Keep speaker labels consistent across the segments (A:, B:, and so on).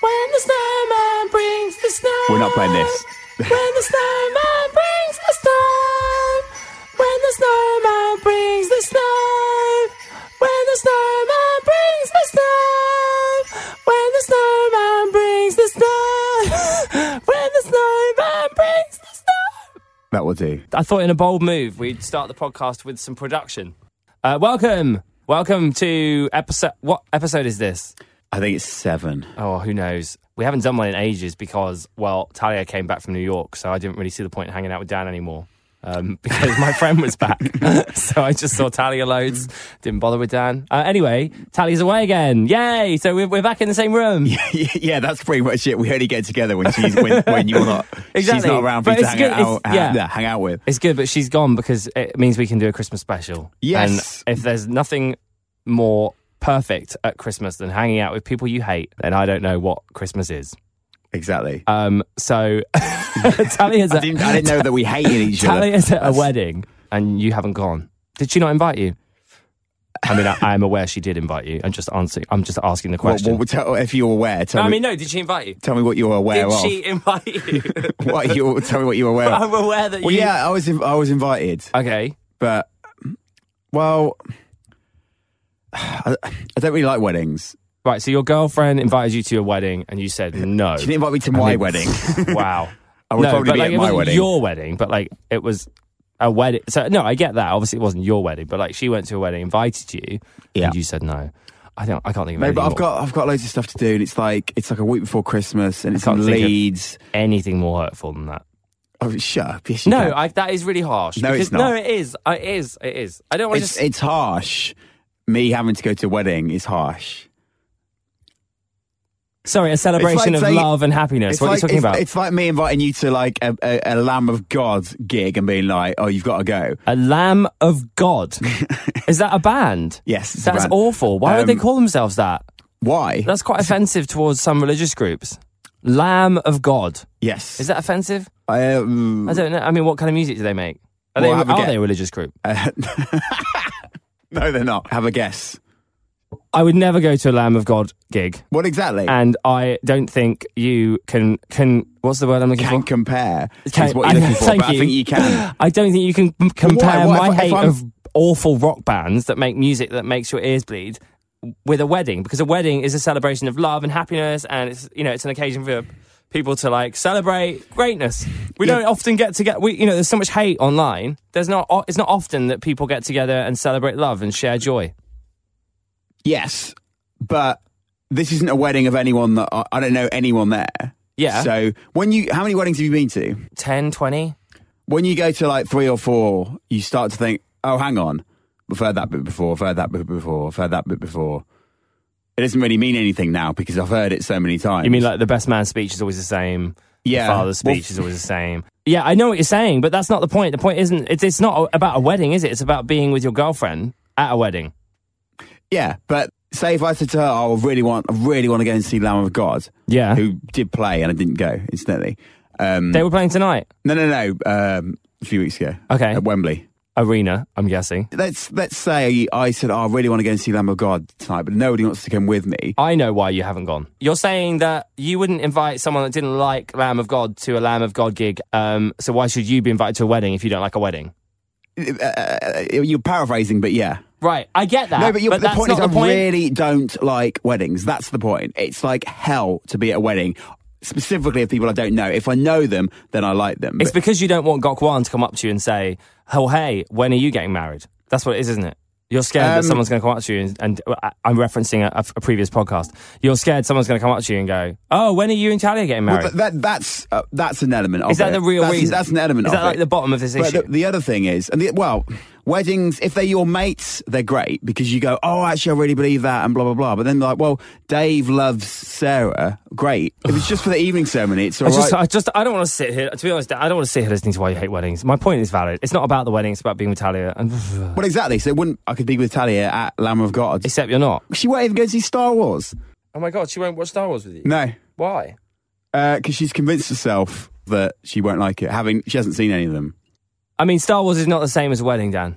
A: When the snowman brings the snow.
B: We're not playing this.
A: When the snowman brings the snow. When the snowman brings the snow. When the snowman brings the snow. When the snowman brings the snow. When the snowman brings the snow.
B: That will do.
A: I thought in a bold move we'd start the podcast with some production. Uh, welcome. Welcome to episode. What episode is this?
B: I think it's seven.
A: Oh, who knows? We haven't done one in ages because, well, Talia came back from New York, so I didn't really see the point in hanging out with Dan anymore um, because my friend was back. so I just saw Talia loads, didn't bother with Dan. Uh, anyway, Talia's away again. Yay! So we're, we're back in the same room.
B: yeah, that's pretty much it. We only get together when she's when, when you're not. She's
A: Exactly.
B: not around
A: But
B: for you to
A: it's
B: hang
A: good-
B: out,
A: it's- yeah.
B: hang, yeah, hang out with.
A: It's good, but she's gone because it means we can do a Christmas special.
B: Yes.
A: And if there's nothing more perfect at Christmas than hanging out with people you hate, then I don't know what Christmas is.
B: Exactly.
A: Um, so Talia's
B: I
A: at,
B: didn't, I didn't know that we hated each other.
A: Talia's at a wedding and you haven't gone. Did she not invite you? I mean, I, I'm aware she did invite you. I'm just answering. I'm just asking the
B: Well,
A: question.
B: well, tell, if you're aware, tell
A: no, I
B: me.
A: mean, no. Did she invite you?
B: Tell me what you're aware
A: Did
B: of.
A: she invite you?
B: What you tell me what you're aware of.
A: I'm aware that
B: Well,
A: you.
B: yeah, I was in, I was invited,
A: Okay.
B: but well, I, I don't really like weddings.
A: Right. So your girlfriend invited you to your wedding, and you said no.
B: She didn't invite me to my wedding.
A: wow.
B: I would
A: no,
B: probably
A: but
B: be
A: like,
B: at
A: it
B: my
A: wasn't
B: wedding.
A: your wedding, but like it was a wedding. So no, I get that. Obviously, it wasn't your wedding, but like she went to a wedding, invited you,
B: Yeah.
A: and you said no. I don't. I can't think of
B: No,
A: anything
B: but I've
A: more,
B: got I've got loads of stuff to do, and it's like it's like a week before Christmas, and it's
A: can't
B: in
A: think of-
B: Leeds.
A: anything more hurtful than that.
B: Oh, shut up! Yes, you
A: No,
B: can.
A: I, that is really harsh.
B: No, it's
A: because-
B: not.
A: No, it is. I, it is. It is. I don't want to
B: it's
A: just.
B: it's harsh. Me having to go to a wedding is harsh.
A: sorry, a celebration of
B: it's like-
A: love and happiness. What
B: like,
A: are you talking
B: it's,
A: about?
B: It's like me inviting you to like a, a, a Lamb of God gig and being like, "Oh, you've got to go."
A: a Lamb of God. is that a band?
B: Yes, it's a
A: That's
B: band.
A: awful. Why would they
B: Um,
A: call themselves that?
B: Why?
A: That's quite offensive towards some religious groups. Lamb of God.
B: Yes.
A: Is that offensive?
B: Um,
A: I don't know. I mean, what kind of music do they make? Are,
B: Well,
A: they,
B: have a Uh,
A: are
B: guess.
A: they a religious group?
B: no, they're not. Have a guess.
A: I would never go to a Lamb of God gig,
B: What exactly?
A: and I don't think you can can. What's the word I'm looking
B: can
A: for?
B: compare
A: Can-
B: is what you're looking for,
A: Thank
B: but I think you can.
A: I don't think you can m- compare
B: Why?
A: my
B: Why? If I- if
A: hate
B: I'm-
A: of awful rock bands that make music that makes your ears bleed with a wedding because a wedding is a celebration of love and happiness, and it's you know it's an occasion for people to like celebrate greatness. We don't often get together. We you know there's so much hate online. There's not o- it's not often that people get together and celebrate love and share joy.
B: Yes, but this isn't a wedding of anyone that I, I don't know anyone there.
A: Yeah.
B: So when you, how many weddings have you been to?
A: 10, 20?
B: When you go to like three or four, you start to think, oh, hang on, I've heard that bit before, I've heard that bit before, I've heard that bit before. It doesn't really mean anything now because I've heard it so many times.
A: You mean like the best man speech is always the same?
B: Yeah.
A: The father's
B: Well,
A: speech is always the same. Yeah, I know what you're saying, but that's not the point. The point isn't it's, it's not about a wedding, is it? It's about being with your girlfriend at a wedding.
B: Yeah, but say if I said to her, oh, I really want, I really want to go and see Lamb of God,
A: Yeah.
B: who did play and I didn't go, incidentally. Um,
A: They were playing tonight.
B: no, no, no. Um, a few weeks ago,
A: Okay.
B: at Wembley.
A: Arena, I'm guessing.
B: Let's let's say I said, oh, I really want to go and see Lamb of God tonight, but nobody wants to come with me.
A: I know why you haven't gone. You're saying that you wouldn't invite someone that didn't like Lamb of God to a Lamb of God gig. Um, so why should you be invited to a wedding if you don't like a wedding?
B: Uh, You're paraphrasing, but yeah.
A: Right, I get that.
B: no, but, you the
A: Ah, that's
B: point
A: not
B: is,
A: the
B: I
A: point.
B: really don't like weddings. That's the point. It's like hell to be at a wedding, specifically of people I don't know. If I know them, then I like them.
A: It's
B: But-
A: because you don't want Gok Wan to come up to you and say, "Oh, hey, when are you getting married?" That's what it is, isn't it? You're scared that
B: Um,
A: someone's going to come up to you, and, and I- I'm referencing a, a previous podcast. You're scared someone's going to come up to you and go, "Oh, when are you and Talia getting married?"
B: Well, that, that, that's uh, that's an element of
A: Is that
B: it.
A: the real
B: that's,
A: reason?
B: That's an element
A: is
B: of
A: that like
B: it.
A: the bottom of this
B: but
A: issue?
B: the, the other thing is, and the, well, weddings, if they're your mates, they're great because you go, oh, actually, I really believe that, and blah, blah, blah. But then, like, well, Dave loves Sarah. Great. If it's just for the evening ceremony, it's all
A: I
B: right.
A: just, I just, I don't want to sit here. To be honest, I don't want to sit here listening to why you hate weddings. My point is valid. It's not about the wedding; it's about being with Talia. And
B: well, exactly. So it wouldn't, I could be with Talia at Lamb of God.
A: except you're not.
B: she won't even go see Star Wars.
A: Oh my god, she won't watch Star Wars with you.
B: No,
A: Why?
B: because Uh, she's convinced herself that she won't like it, having, she hasn't seen any of them.
A: I mean, Star Wars is not the same as a wedding, Dan.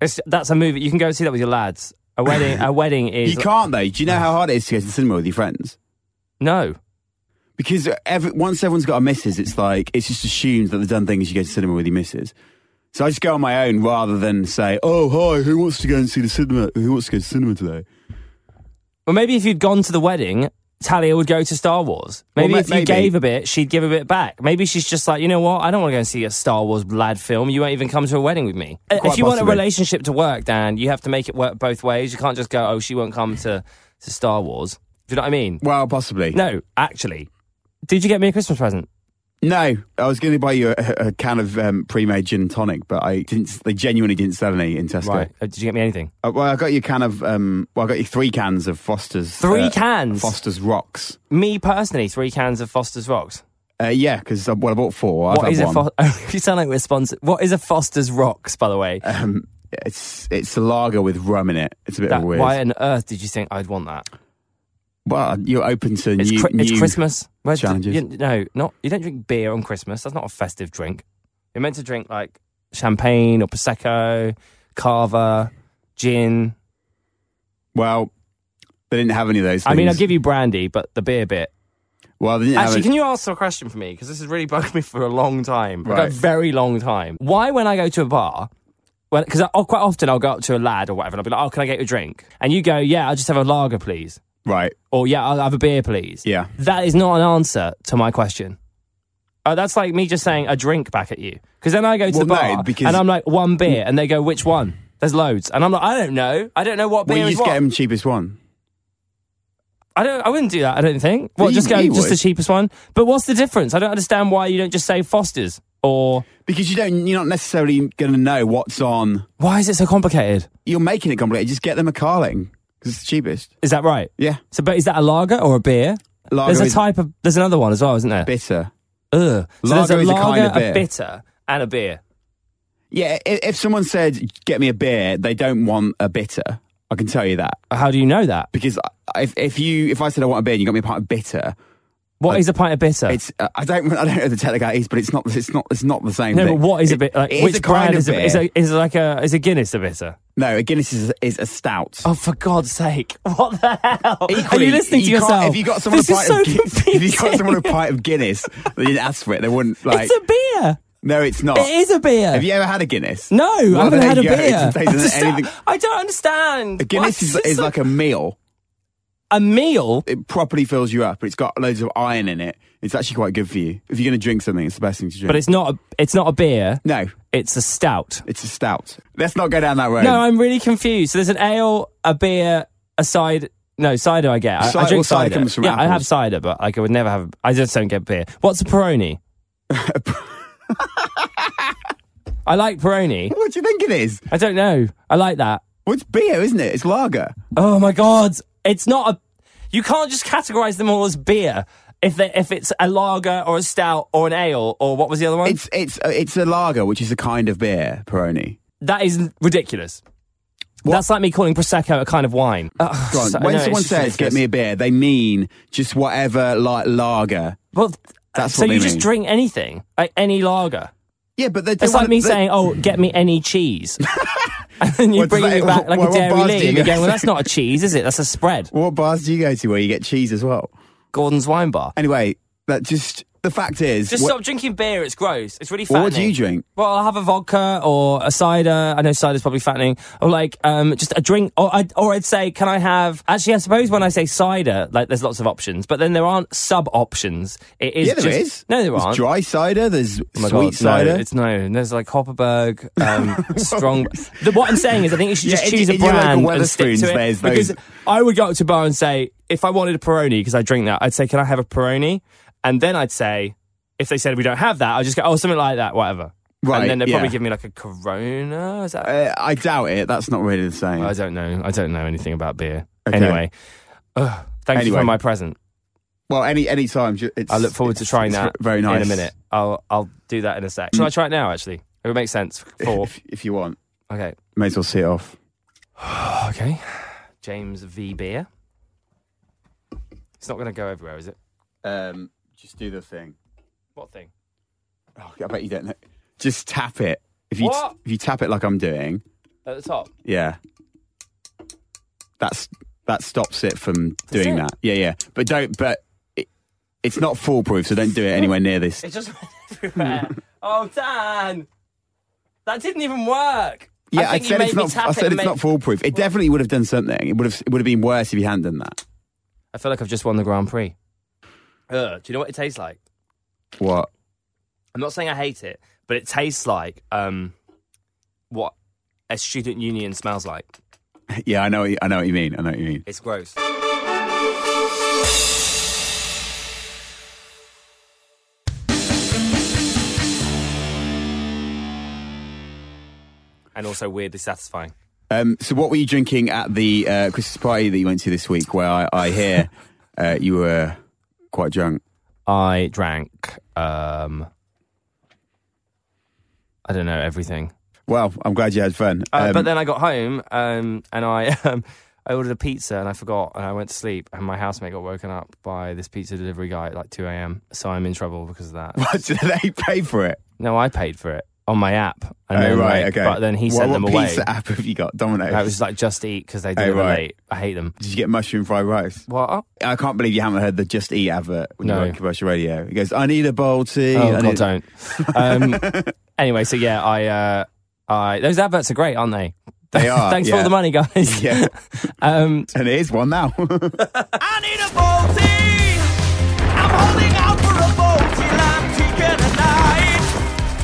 A: It's, that's a movie you can go see that with your lads. A wedding, a wedding is
B: You can't, though. Do you know how hard it is to go to the cinema with your friends?
A: No.
B: Because every, once everyone's got a missus, it's like, it's just assumed that the done thing is you go to cinema with your missus. So I just go on my own rather than say, oh, hi, who wants to go and see the cinema? Who wants to go to cinema today?
A: Well, maybe if you'd gone to the wedding, Talia would go to Star Wars. Maybe
B: ma-
A: if you
B: maybe.
A: gave a bit, she'd give a bit back. Maybe she's just like, you know what? I don't want to go and see a Star Wars lad film. You won't even come to a wedding with me. Uh,
B: Quite
A: if you want a
B: possibly.
A: relationship to work, Dan, you have to make it work both ways. You can't just go, oh, she won't come to, to Star Wars. Do you know what I mean?
B: Well, possibly.
A: No, actually. Did you get me a Christmas present?
B: No, I was going to buy you a, a can of um, pre-made gin and tonic, but I didn't. They genuinely didn't sell any in Tesco.
A: Uh, Did you get me anything?
B: Uh, well, I got you a can of. Um, well, I got you three cans of Foster's.
A: Three
B: uh,
A: cans?
B: Foster's Rocks.
A: Me personally, three cans of Foster's Rocks.
B: Uh, yeah, because well, I bought four. I've
A: What
B: had
A: is
B: one.
A: a Foster's... you sound like we're sponsored. What is a Foster's Rocks, by the way?
B: um, it's it's a lager with rum in it. It's a bit
A: That-
B: of a weird.
A: why on earth did you think I'd want that?
B: Well, you're open to
A: It's,
B: new,
A: Chri- it's
B: new-
A: Christmas. Where's the-
B: challenges.
A: you- no, not you don't drink beer on Christmas. That's not a festive drink. You're meant to drink like champagne or prosecco, cava, gin.
B: Well, they didn't have any of those.
A: I mean, I'll
B: things.
A: give you brandy, but the beer bit.
B: Well, they didn't have
A: Actually,
B: it-
A: can you answer a question for me? Because this has really bugged me for a long time, like
B: Right.
A: a very long time. Why, when I go to a bar, because I, oh, quite often I'll go up to a lad or whatever, and I'll be like, "Oh, can I get you a drink?" And you go, "Yeah, I'll just have a lager, please,"
B: right?
A: or "Yeah, I'll have a beer, please."
B: Yeah.
A: That is not an answer to my question. Uh, that's like me just saying a drink back at you. Because then I go to the
B: Well, no,
A: bar
B: because-
A: and I'm like, one beer. And they go, which one? There's loads. And I'm like, I don't know. I don't know what beer
B: Well, you
A: is
B: just
A: what.
B: get them cheapest one.
A: I, don't, I wouldn't do that, I don't think. What,
B: You-
A: just go,
B: you
A: just the
B: would.
A: cheapest one? But what's the difference? I don't understand why you don't just say Foster's. Or
B: Because you don't, you're not necessarily going to know what's on
A: why is it so complicated?
B: You're making it complicated. Just get them a Carling because it's the cheapest.
A: Is that right?
B: Yeah,
A: So, but is that a lager or a beer?
B: lager
A: there's
B: is
A: a type of, there's another one as well, isn't there?
B: bitter.
A: Ugh. So
B: Lager
A: there's
B: is
A: a
B: a kind
A: lager,
B: of beer.
A: a bitter, and a beer.
B: Yeah, if, if someone said get me a beer, they don't want a bitter. I can tell you that
A: How do you know that?
B: because I- if if you if I said I want a beer and you got me a pint of bitter,
A: What is a pint of bitter?
B: it's uh, I don't I don't know the technicalities, but it's not it's not it's not the same.
A: No, but
B: thing.
A: what is a bit like?
B: it is
A: which
B: a
A: brand
B: kind of
A: is a, is
B: beer.
A: a is like a is a Guinness a bitter?
B: No, a Guinness is is a stout.
A: Oh, for God's sake! What the hell? Are
B: Equally,
A: you listening to
B: you can't-
A: yourself?
B: If you got someone
A: this
B: a
A: is
B: pint
A: so
B: of Gu- if you got
A: confusing.
B: someone a pint of Guinness, they didn't ask for it. They wouldn't like.
A: it's a beer.
B: no, it's not.
A: It is a beer.
B: Have you ever had a Guinness?
A: no,
B: Well,
A: I haven't
B: there
A: had a
B: you go. It
A: beer.
B: doesn't taste
A: I just don't-
B: anything.
A: I don't understand.
B: A Guinness is,
A: What?
B: is
A: It's
B: like a meal.
A: a meal.
B: it properly fills you up. It's got loads of iron in it. It's actually quite good for you. If you're going to drink something, it's the best thing to drink.
A: But it's not a it's not a beer.
B: no,
A: It's a stout.
B: it's a stout. Let's not go down that road.
A: No, I'm really confused. So there's an ale, a beer, a cider. No, cider I get. I,
B: Cider-
A: I
B: well,
A: drink
B: cider
A: cider.
B: comes from
A: yeah, I have
B: apples.
A: cider, but like I would never have. I just don't get beer. What's a Peroni? I like Peroni.
B: what do you think it is?
A: I don't know. I like that.
B: Well, it's beer, isn't it? It's lager.
A: Oh my god, it's not a. You can't just categorize them all as beer if they, if it's a lager or a stout or an ale or what was the other one?
B: It's it's uh, it's a lager, which is a kind of beer, Peroni.
A: that is ridiculous. That's like me calling prosecco a kind of wine. Ugh,
B: Go on.
A: so-
B: when
A: no, it's
B: someone
A: just
B: says "get
A: ridiculous.
B: me a beer," they mean just whatever, like lager.
A: Well, th-
B: That's
A: so
B: what
A: you
B: they
A: just
B: mean.
A: drink anything, like any lager.
B: Yeah, but they, they
A: It's like
B: wanna-
A: me
B: they-
A: saying, "Oh, get me any cheese," and then you
B: What's
A: bring
B: that-
A: me back like
B: what-
A: a
B: what
A: dairy
B: bars do
A: lee,
B: you
A: and you
B: go
A: go, "Well,
B: to?"
A: that's not a cheese, is it? That's a spread."
B: "What bars do you go to where you get cheese as well?"
A: Gordon's Wine Bar.
B: Anyway, that just the fact is,
A: Just
B: what,
A: stop drinking beer. It's gross. It's really fattening.
B: well, what do you drink?
A: Well, I'll have a vodka or a cider. I know cider's probably fattening, or like um, just a drink. Or I'd, or I'd say, can I have? Actually, I suppose when I say cider, like there's lots of options, but then there aren't sub options. It is
B: yeah, there is.
A: just, No, there
B: There's
A: aren't.
B: Dry cider. There's
A: Oh my
B: sweet
A: God,
B: cider.
A: No, it's no. There's like Hopperberg, um, strong. The, what I'm saying is, I think you should
B: Yeah,
A: just
B: in-
A: choose
B: in
A: a
B: your
A: brand
B: local
A: and stick
B: Wetherspoons,
A: to it.
B: there's those-
A: Because I would go up to a bar and say, if I wanted a Peroni, because I drink that, I'd say, can I have a Peroni? And then I'd say, if they said we don't have that, I'd just go, oh, something like that, whatever.
B: Right,
A: And then they'd probably
B: yeah.
A: give me like a Corona. Is that?
B: Uh, I doubt it. That's not really the same.
A: I don't know. I don't know anything about beer.
B: Okay.
A: Anyway, Ugh, thank you for
B: Anyway.
A: my present.
B: well, any any time. ju- It's,
A: I look forward to
B: it's-
A: trying
B: it's
A: that
B: Very nice.
A: in a minute. I'll I'll do that in a sec. Shall I try it now? Actually, it would make sense. For
B: If, if you want,
A: okay.
B: may as well see it off.
A: Okay. James V. Beer. It's not going to go everywhere, is it?
B: Um, just do the thing.
A: What thing?
B: Oh, I bet you don't know. Just tap it. If you t-
A: What?
B: if you tap it like I'm doing,
A: At the top.
B: yeah. That's that stops it from doing
A: it?
B: that. Yeah, yeah. But don't. But it, It's not foolproof, so don't do it anywhere near this.
A: It just went everywhere. oh, Dan, that didn't even work.
B: Yeah,
A: I,
B: I
A: think you
B: said
A: made
B: it's
A: me
B: not.
A: tap
B: I
A: it
B: said
A: and
B: it's
A: make-
B: not foolproof. It definitely would have done something. It would have. It would have been worse if you hadn't done that.
A: I feel like I've just won the Grand Prix. Ugh, Uh, do you know what it tastes like?
B: What?
A: I'm not saying I hate it, but it tastes like um, what a student union smells like.
B: Yeah, I know. what you- I know what you mean. I know what you mean.
A: It's gross. And also weirdly satisfying.
B: Um, so, what were you drinking at the uh, Christmas party that you went to this week? Where I, I hear uh, you were quite drunk.
A: I drank, um, I don't know, everything.
B: Well, I'm glad you had fun.
A: Uh,
B: Um,
A: but then I got home um, and I um, I ordered a pizza and I forgot and I went to sleep and my housemate got woken up by this pizza delivery guy at like 2 a.m. So I'm in trouble because of that.
B: what did they pay for it?
A: No, I paid for it on my app. And
B: oh,
A: then,
B: right.
A: like,
B: okay.
A: But then he
B: What-
A: sent
B: what
A: them away.
B: Pizza app have you got? Domino's.
A: That was like just eat because they deliver
B: right.
A: late. I hate them. Oh,
B: Did you get mushroom fried rice?
A: What?
B: I can't believe you haven't heard the Just Eat advert when
A: No.
B: you're on commercial radio. He goes, "I need a bowl tea."
A: Oh
B: I
A: God,
B: need-
A: don't. Um, anyway, so yeah, I, uh, I those adverts are great, aren't they?
B: They are,
A: Thanks for
B: yeah.
A: all the money, guys.
B: Yeah,
A: Um,
B: and it is one now.
C: I need a multi. I'm holding out for a multi. I'm taking a night.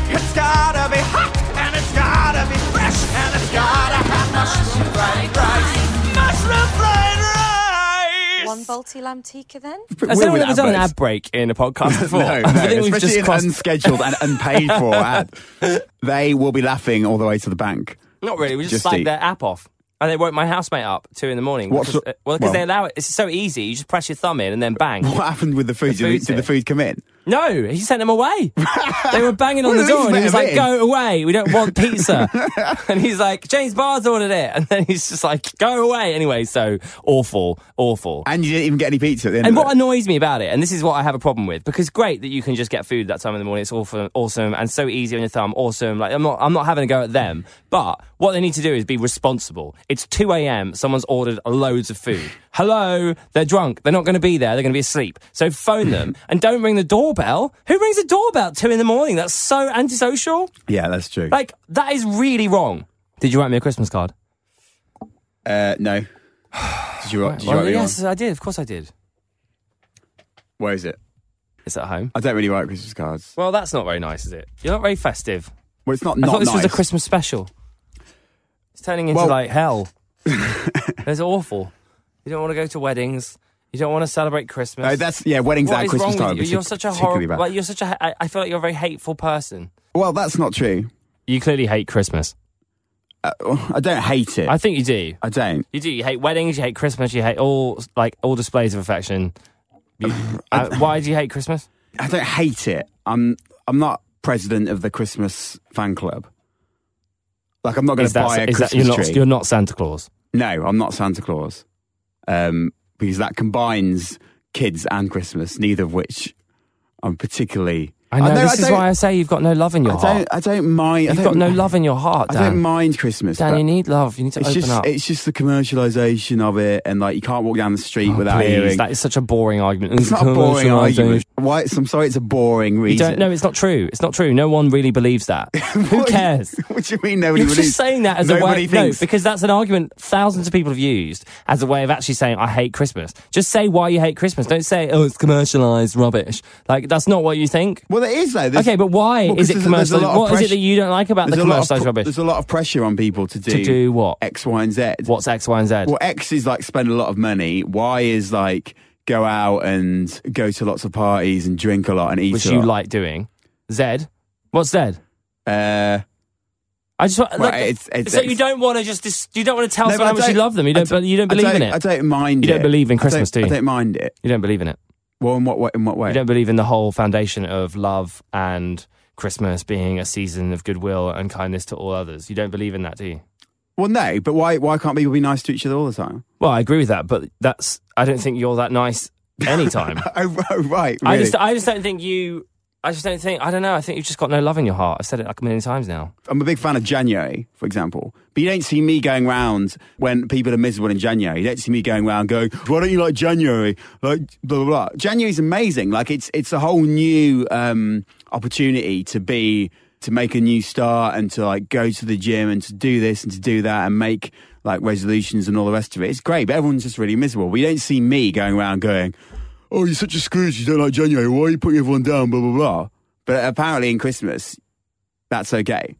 C: It's gotta be hot and it's gotta be fresh and it's gotta have mushroom fried rice. Mushroom fried rice.
D: One Balti lamb tikka then?
A: has
B: We're
A: anyone
B: with
A: ever done an
B: adverts.
A: ad break in a podcast before?
B: No, no,
A: I think we've
B: especially
A: just
B: an
A: crossed.
B: unscheduled and unpaid for ad. They will be laughing all the way to the bank.
A: Not really. We just,
B: Just
A: slagged
B: eat.
A: their app off. And they woke my housemate up two in the morning.
B: What's
A: because,
B: the-
A: uh, well, because they
B: well-
A: allow it. It's so easy. You just press your thumb in and then bang.
B: What happened with the food? did,
A: food's
B: the, did the
A: here.
B: food come in?
A: No, he sent them away. they were banging on
B: Well,
A: the
B: at
A: door,
B: least
A: and he
B: let
A: was
B: him
A: like,
B: in.
A: "Go away, we don't want pizza." and he's like, "James Barr's ordered it," and then he's just like, "Go away." Anyway, so awful, awful.
B: And you didn't even get any pizza at the end.
A: And
B: of
A: what
B: it.
A: annoys me about it, and this is what I have a problem with, because great that you can just get food that time in the morning. It's awful, awesome, and so easy on your thumb. Awesome. Like I'm not, I'm not having a go at them. But what they need to do is be responsible. It's 2 a.m. Someone's ordered loads of food. Hello, they're drunk. They're not going to be there. They're going to be asleep. So phone them and don't ring the doorbell. Who rings the doorbell at two in the morning? That's so antisocial.
B: yeah, that's true.
A: Like that is really wrong. Did you write me a Christmas card?
B: uh, no. Did you, did you
A: Well,
B: write me
A: Oh, yes,
B: one?
A: I did. Of course, I did.
B: Where is it?
A: It's at home.
B: I don't really write Christmas cards.
A: Well, that's not very nice, is it? You're not very festive.
B: Well, it's not
A: I
B: not
A: thought this
B: nice.
A: was a Christmas special. It's turning into
B: Well-
A: like hell. it's awful. You don't want to go to weddings. You don't want to celebrate Christmas.
B: No, that's yeah. Weddings
A: What
B: at
A: is
B: Christmas
A: wrong
B: time.
A: with you? You're such a
B: particularly
A: horrible.
B: bad.
A: Like you're such a. I I feel like you're a very hateful person.
B: Well, that's not true. Uh,
A: You clearly hate Christmas.
B: I don't hate it.
A: I
B: I,
A: think you do.
B: don't.
A: You do. You hate weddings. You hate Christmas. You hate all like all displays of affection. You, uh, why do you hate Christmas?
B: I don't hate it. I'm I'm not president of the Christmas fan club. Like I'm not going
A: Is
B: to buy
A: that,
B: a
A: is
B: Christmas
A: that you're not
B: tree.
A: you're not Santa Claus?
B: No, I'm not Santa Claus. Um, because that combines kids and Christmas, neither of which I'm particularly.
A: I know.
B: don't-
A: this is
B: don't-
A: why I say you've got no love in your
B: I
A: heart.
B: don't. I don't mind. I
A: You've got
B: don't,
A: no love in your heart,
B: I
A: Dan.
B: don't mind Christmas.
A: Dan,
B: but
A: you need love. You need to
B: it's
A: open
B: just
A: up.
B: it's just the commercialization of it, and like you can't walk down the street
A: Oh,
B: without
A: please,
B: hearing.
A: That is such a boring argument.
B: it's not a boring argument. Why? it's- I'm sorry, it's a boring
A: You
B: reason.
A: don't know. It's not true. It's not true. No one really believes that. Who
B: What do you-
A: cares?
B: what do you mean nobody
A: You're
B: believes?
A: just saying that as a
B: nobody
A: way.
B: Thinks.
A: No, because that's an argument thousands of people have used as a way of actually saying I hate Christmas. Just say why you hate Christmas. Don't say oh it's commercialized rubbish. Like that's not what you think.
B: well, it is though. There's-
A: Okay, but why
B: Well,
A: is
B: 'cause
A: it
B: there's a- there's a
A: commercialized?
B: lot of
A: What is it
B: pressure-
A: that you don't like about the
B: there's a lot of
A: commercialized
B: pr-
A: rubbish?
B: There's a lot of pressure on people to do
A: To do what?
B: X, Y, and Z.
A: What's X, Y, and Z?
B: Well, X is like spend a lot of money. Y is like go out and go to lots of parties and drink a lot and eat
A: Which
B: a
A: you
B: lot.
A: like doing? Z. What's Z?
B: Uh,
A: I just want,
B: Well,
A: like,
B: it's- it's-
A: so
B: it's-
A: you don't want to just dis- you don't want to tell
B: no, but I
A: someone how much you
B: don't-
A: love them. You
B: I
A: don't, but you don't
B: I
A: believe in it.
B: I don't mind
A: You don't
B: it.
A: believe in
B: I don't-
A: Christmas, do you?
B: I don't mind it.
A: you don't believe in it.
B: Well, in what way? In what way?
A: You don't believe in the whole foundation of love and Christmas being a season of goodwill and kindness to all others. You don't believe in that, do you?
B: Well, no. But why? Why can't people be nice to each other all the time?
A: Well, I agree with that, but that's I don't think you're that nice anytime.
B: Oh, right. Really?
A: I just I just don't think you I just don't think. I don't know. I think you've just got no love in your heart. I've said it like a million times now.
B: I'm a big fan of January, for example. But you don't see me going round when people are miserable in January. You don't see me going round going, why don't you like January? Like, blah, blah, blah. January's amazing. Like, it's, it's a whole new um, opportunity to be, to make a new start and to, like, go to the gym and to do this and to do that and make, like, resolutions and all the rest of it. It's great, but everyone's just really miserable. But you don't see me going around going, oh, you're such a Scrooge, you don't like January. Why are you putting everyone down? Blah, blah, blah. But apparently in Christmas, that's okay.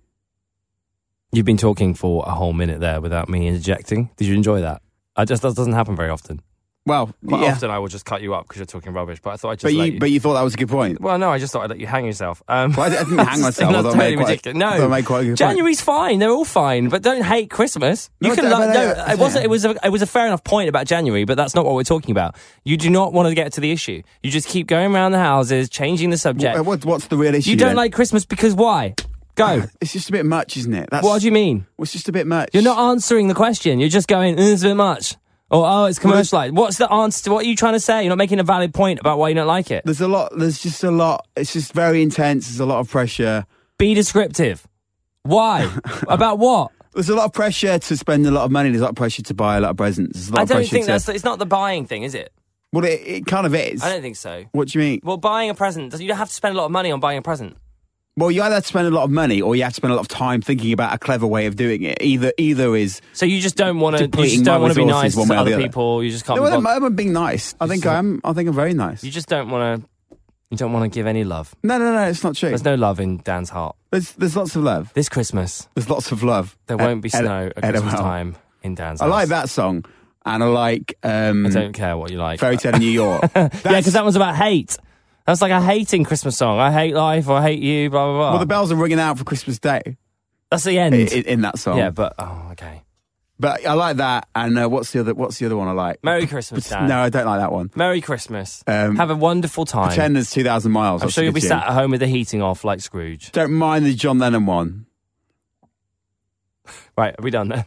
A: You've been talking for a whole minute there without me interjecting. Did you enjoy that? I just that doesn't happen very often.
B: Well,
A: Quite
B: yeah.
A: often I will just cut you up because you're talking rubbish. But I thought I would just
B: But
A: let
B: you,
A: you-
B: but you thought that was a good point.
A: Well, no, I just thought I'd let you hang yourself. Um,
B: Well, I didn't- I didn't hang myself,
A: That's
B: although I
A: totally
B: made quite-
A: ridiculous. No,
B: although I made quite a good point.
A: January's fine. They're all fine, but don't hate Christmas. You
B: No,
A: can
B: but-
A: love.
B: but,
A: No,
B: uh,
A: it wasn't. It was. A, it was a fair enough point about January, but that's not what we're talking about. You do not want to get to the issue. You just keep going around the houses, changing the subject.
B: Uh, What, what's the real issue?
A: you don't
B: then?
A: like Christmas because why? Go.
B: It's just a bit much, isn't it? That's,
A: what do you mean?
B: Well, it's just a bit much.
A: You're not answering the question. You're just going. "Mm, It's a bit much. Or oh, it's
B: Well, it's-
A: commercialized. What's the answer? to What are you trying to say? You're not making a valid point about why you don't like it.
B: There's a lot. There's just a lot. It's just very intense. There's a lot of pressure.
A: Be descriptive. Why? about what?
B: There's a lot of pressure to spend a lot of money. There's a lot of pressure to buy a lot of presents. There's a lot
A: I
B: of
A: don't
B: pressure
A: think
B: to.
A: that's. It's not the buying thing, is it?
B: well, it, it kind of is.
A: I don't think so.
B: What do you mean?
A: Well, buying a present, you don't have to spend a lot of money on buying a present.
B: Well, you either have to spend a lot of money or you have to spend a lot of time thinking about a clever way of doing it. Either either is.
A: So you just don't want to. You
B: Depleting
A: just don't
B: my
A: want to be
B: resources
A: nice to
B: one way or
A: other,
B: the other.
A: people. You just can't.
B: No,
A: be
B: I'm,
A: bothered.
B: I'm being nice. I think I'm. I think I'm very nice.
A: you just don't want to. You don't want to give any love.
B: No, no, no. It's not true.
A: There's no love in Dan's heart
B: There's there's lots of love.
A: this Christmas.
B: There's lots of love.
A: There
B: Eh,
A: won't be
B: eh,
A: snow at
B: eh,
A: Christmas
B: well.
A: time in Dan's.
B: I like
A: house.
B: that song, and I like um,
A: I don't care what you like.
B: Fairy Tale in New York. That's-
A: yeah, because that one's about hate. That's like a hating Christmas song. I hate life. I hate you. Blah blah blah.
B: well, the bells are ringing out for Christmas Day
A: That's the end.
B: in, in that song.
A: Mm. yeah, but oh, okay.
B: but I like that. And uh, what's the other? What's the other one I like?
A: Merry Christmas, Dan.
B: No, I don't like that one.
A: Merry Christmas.
B: Um,
A: Have a wonderful time.
B: Pretend there's two thousand miles.
A: I'm
B: That's
A: sure
B: a
A: you'll
B: good
A: be
B: tune.
A: sat at home with the heating off like Scrooge.
B: Don't mind the John Lennon one.
A: Right, are we done then?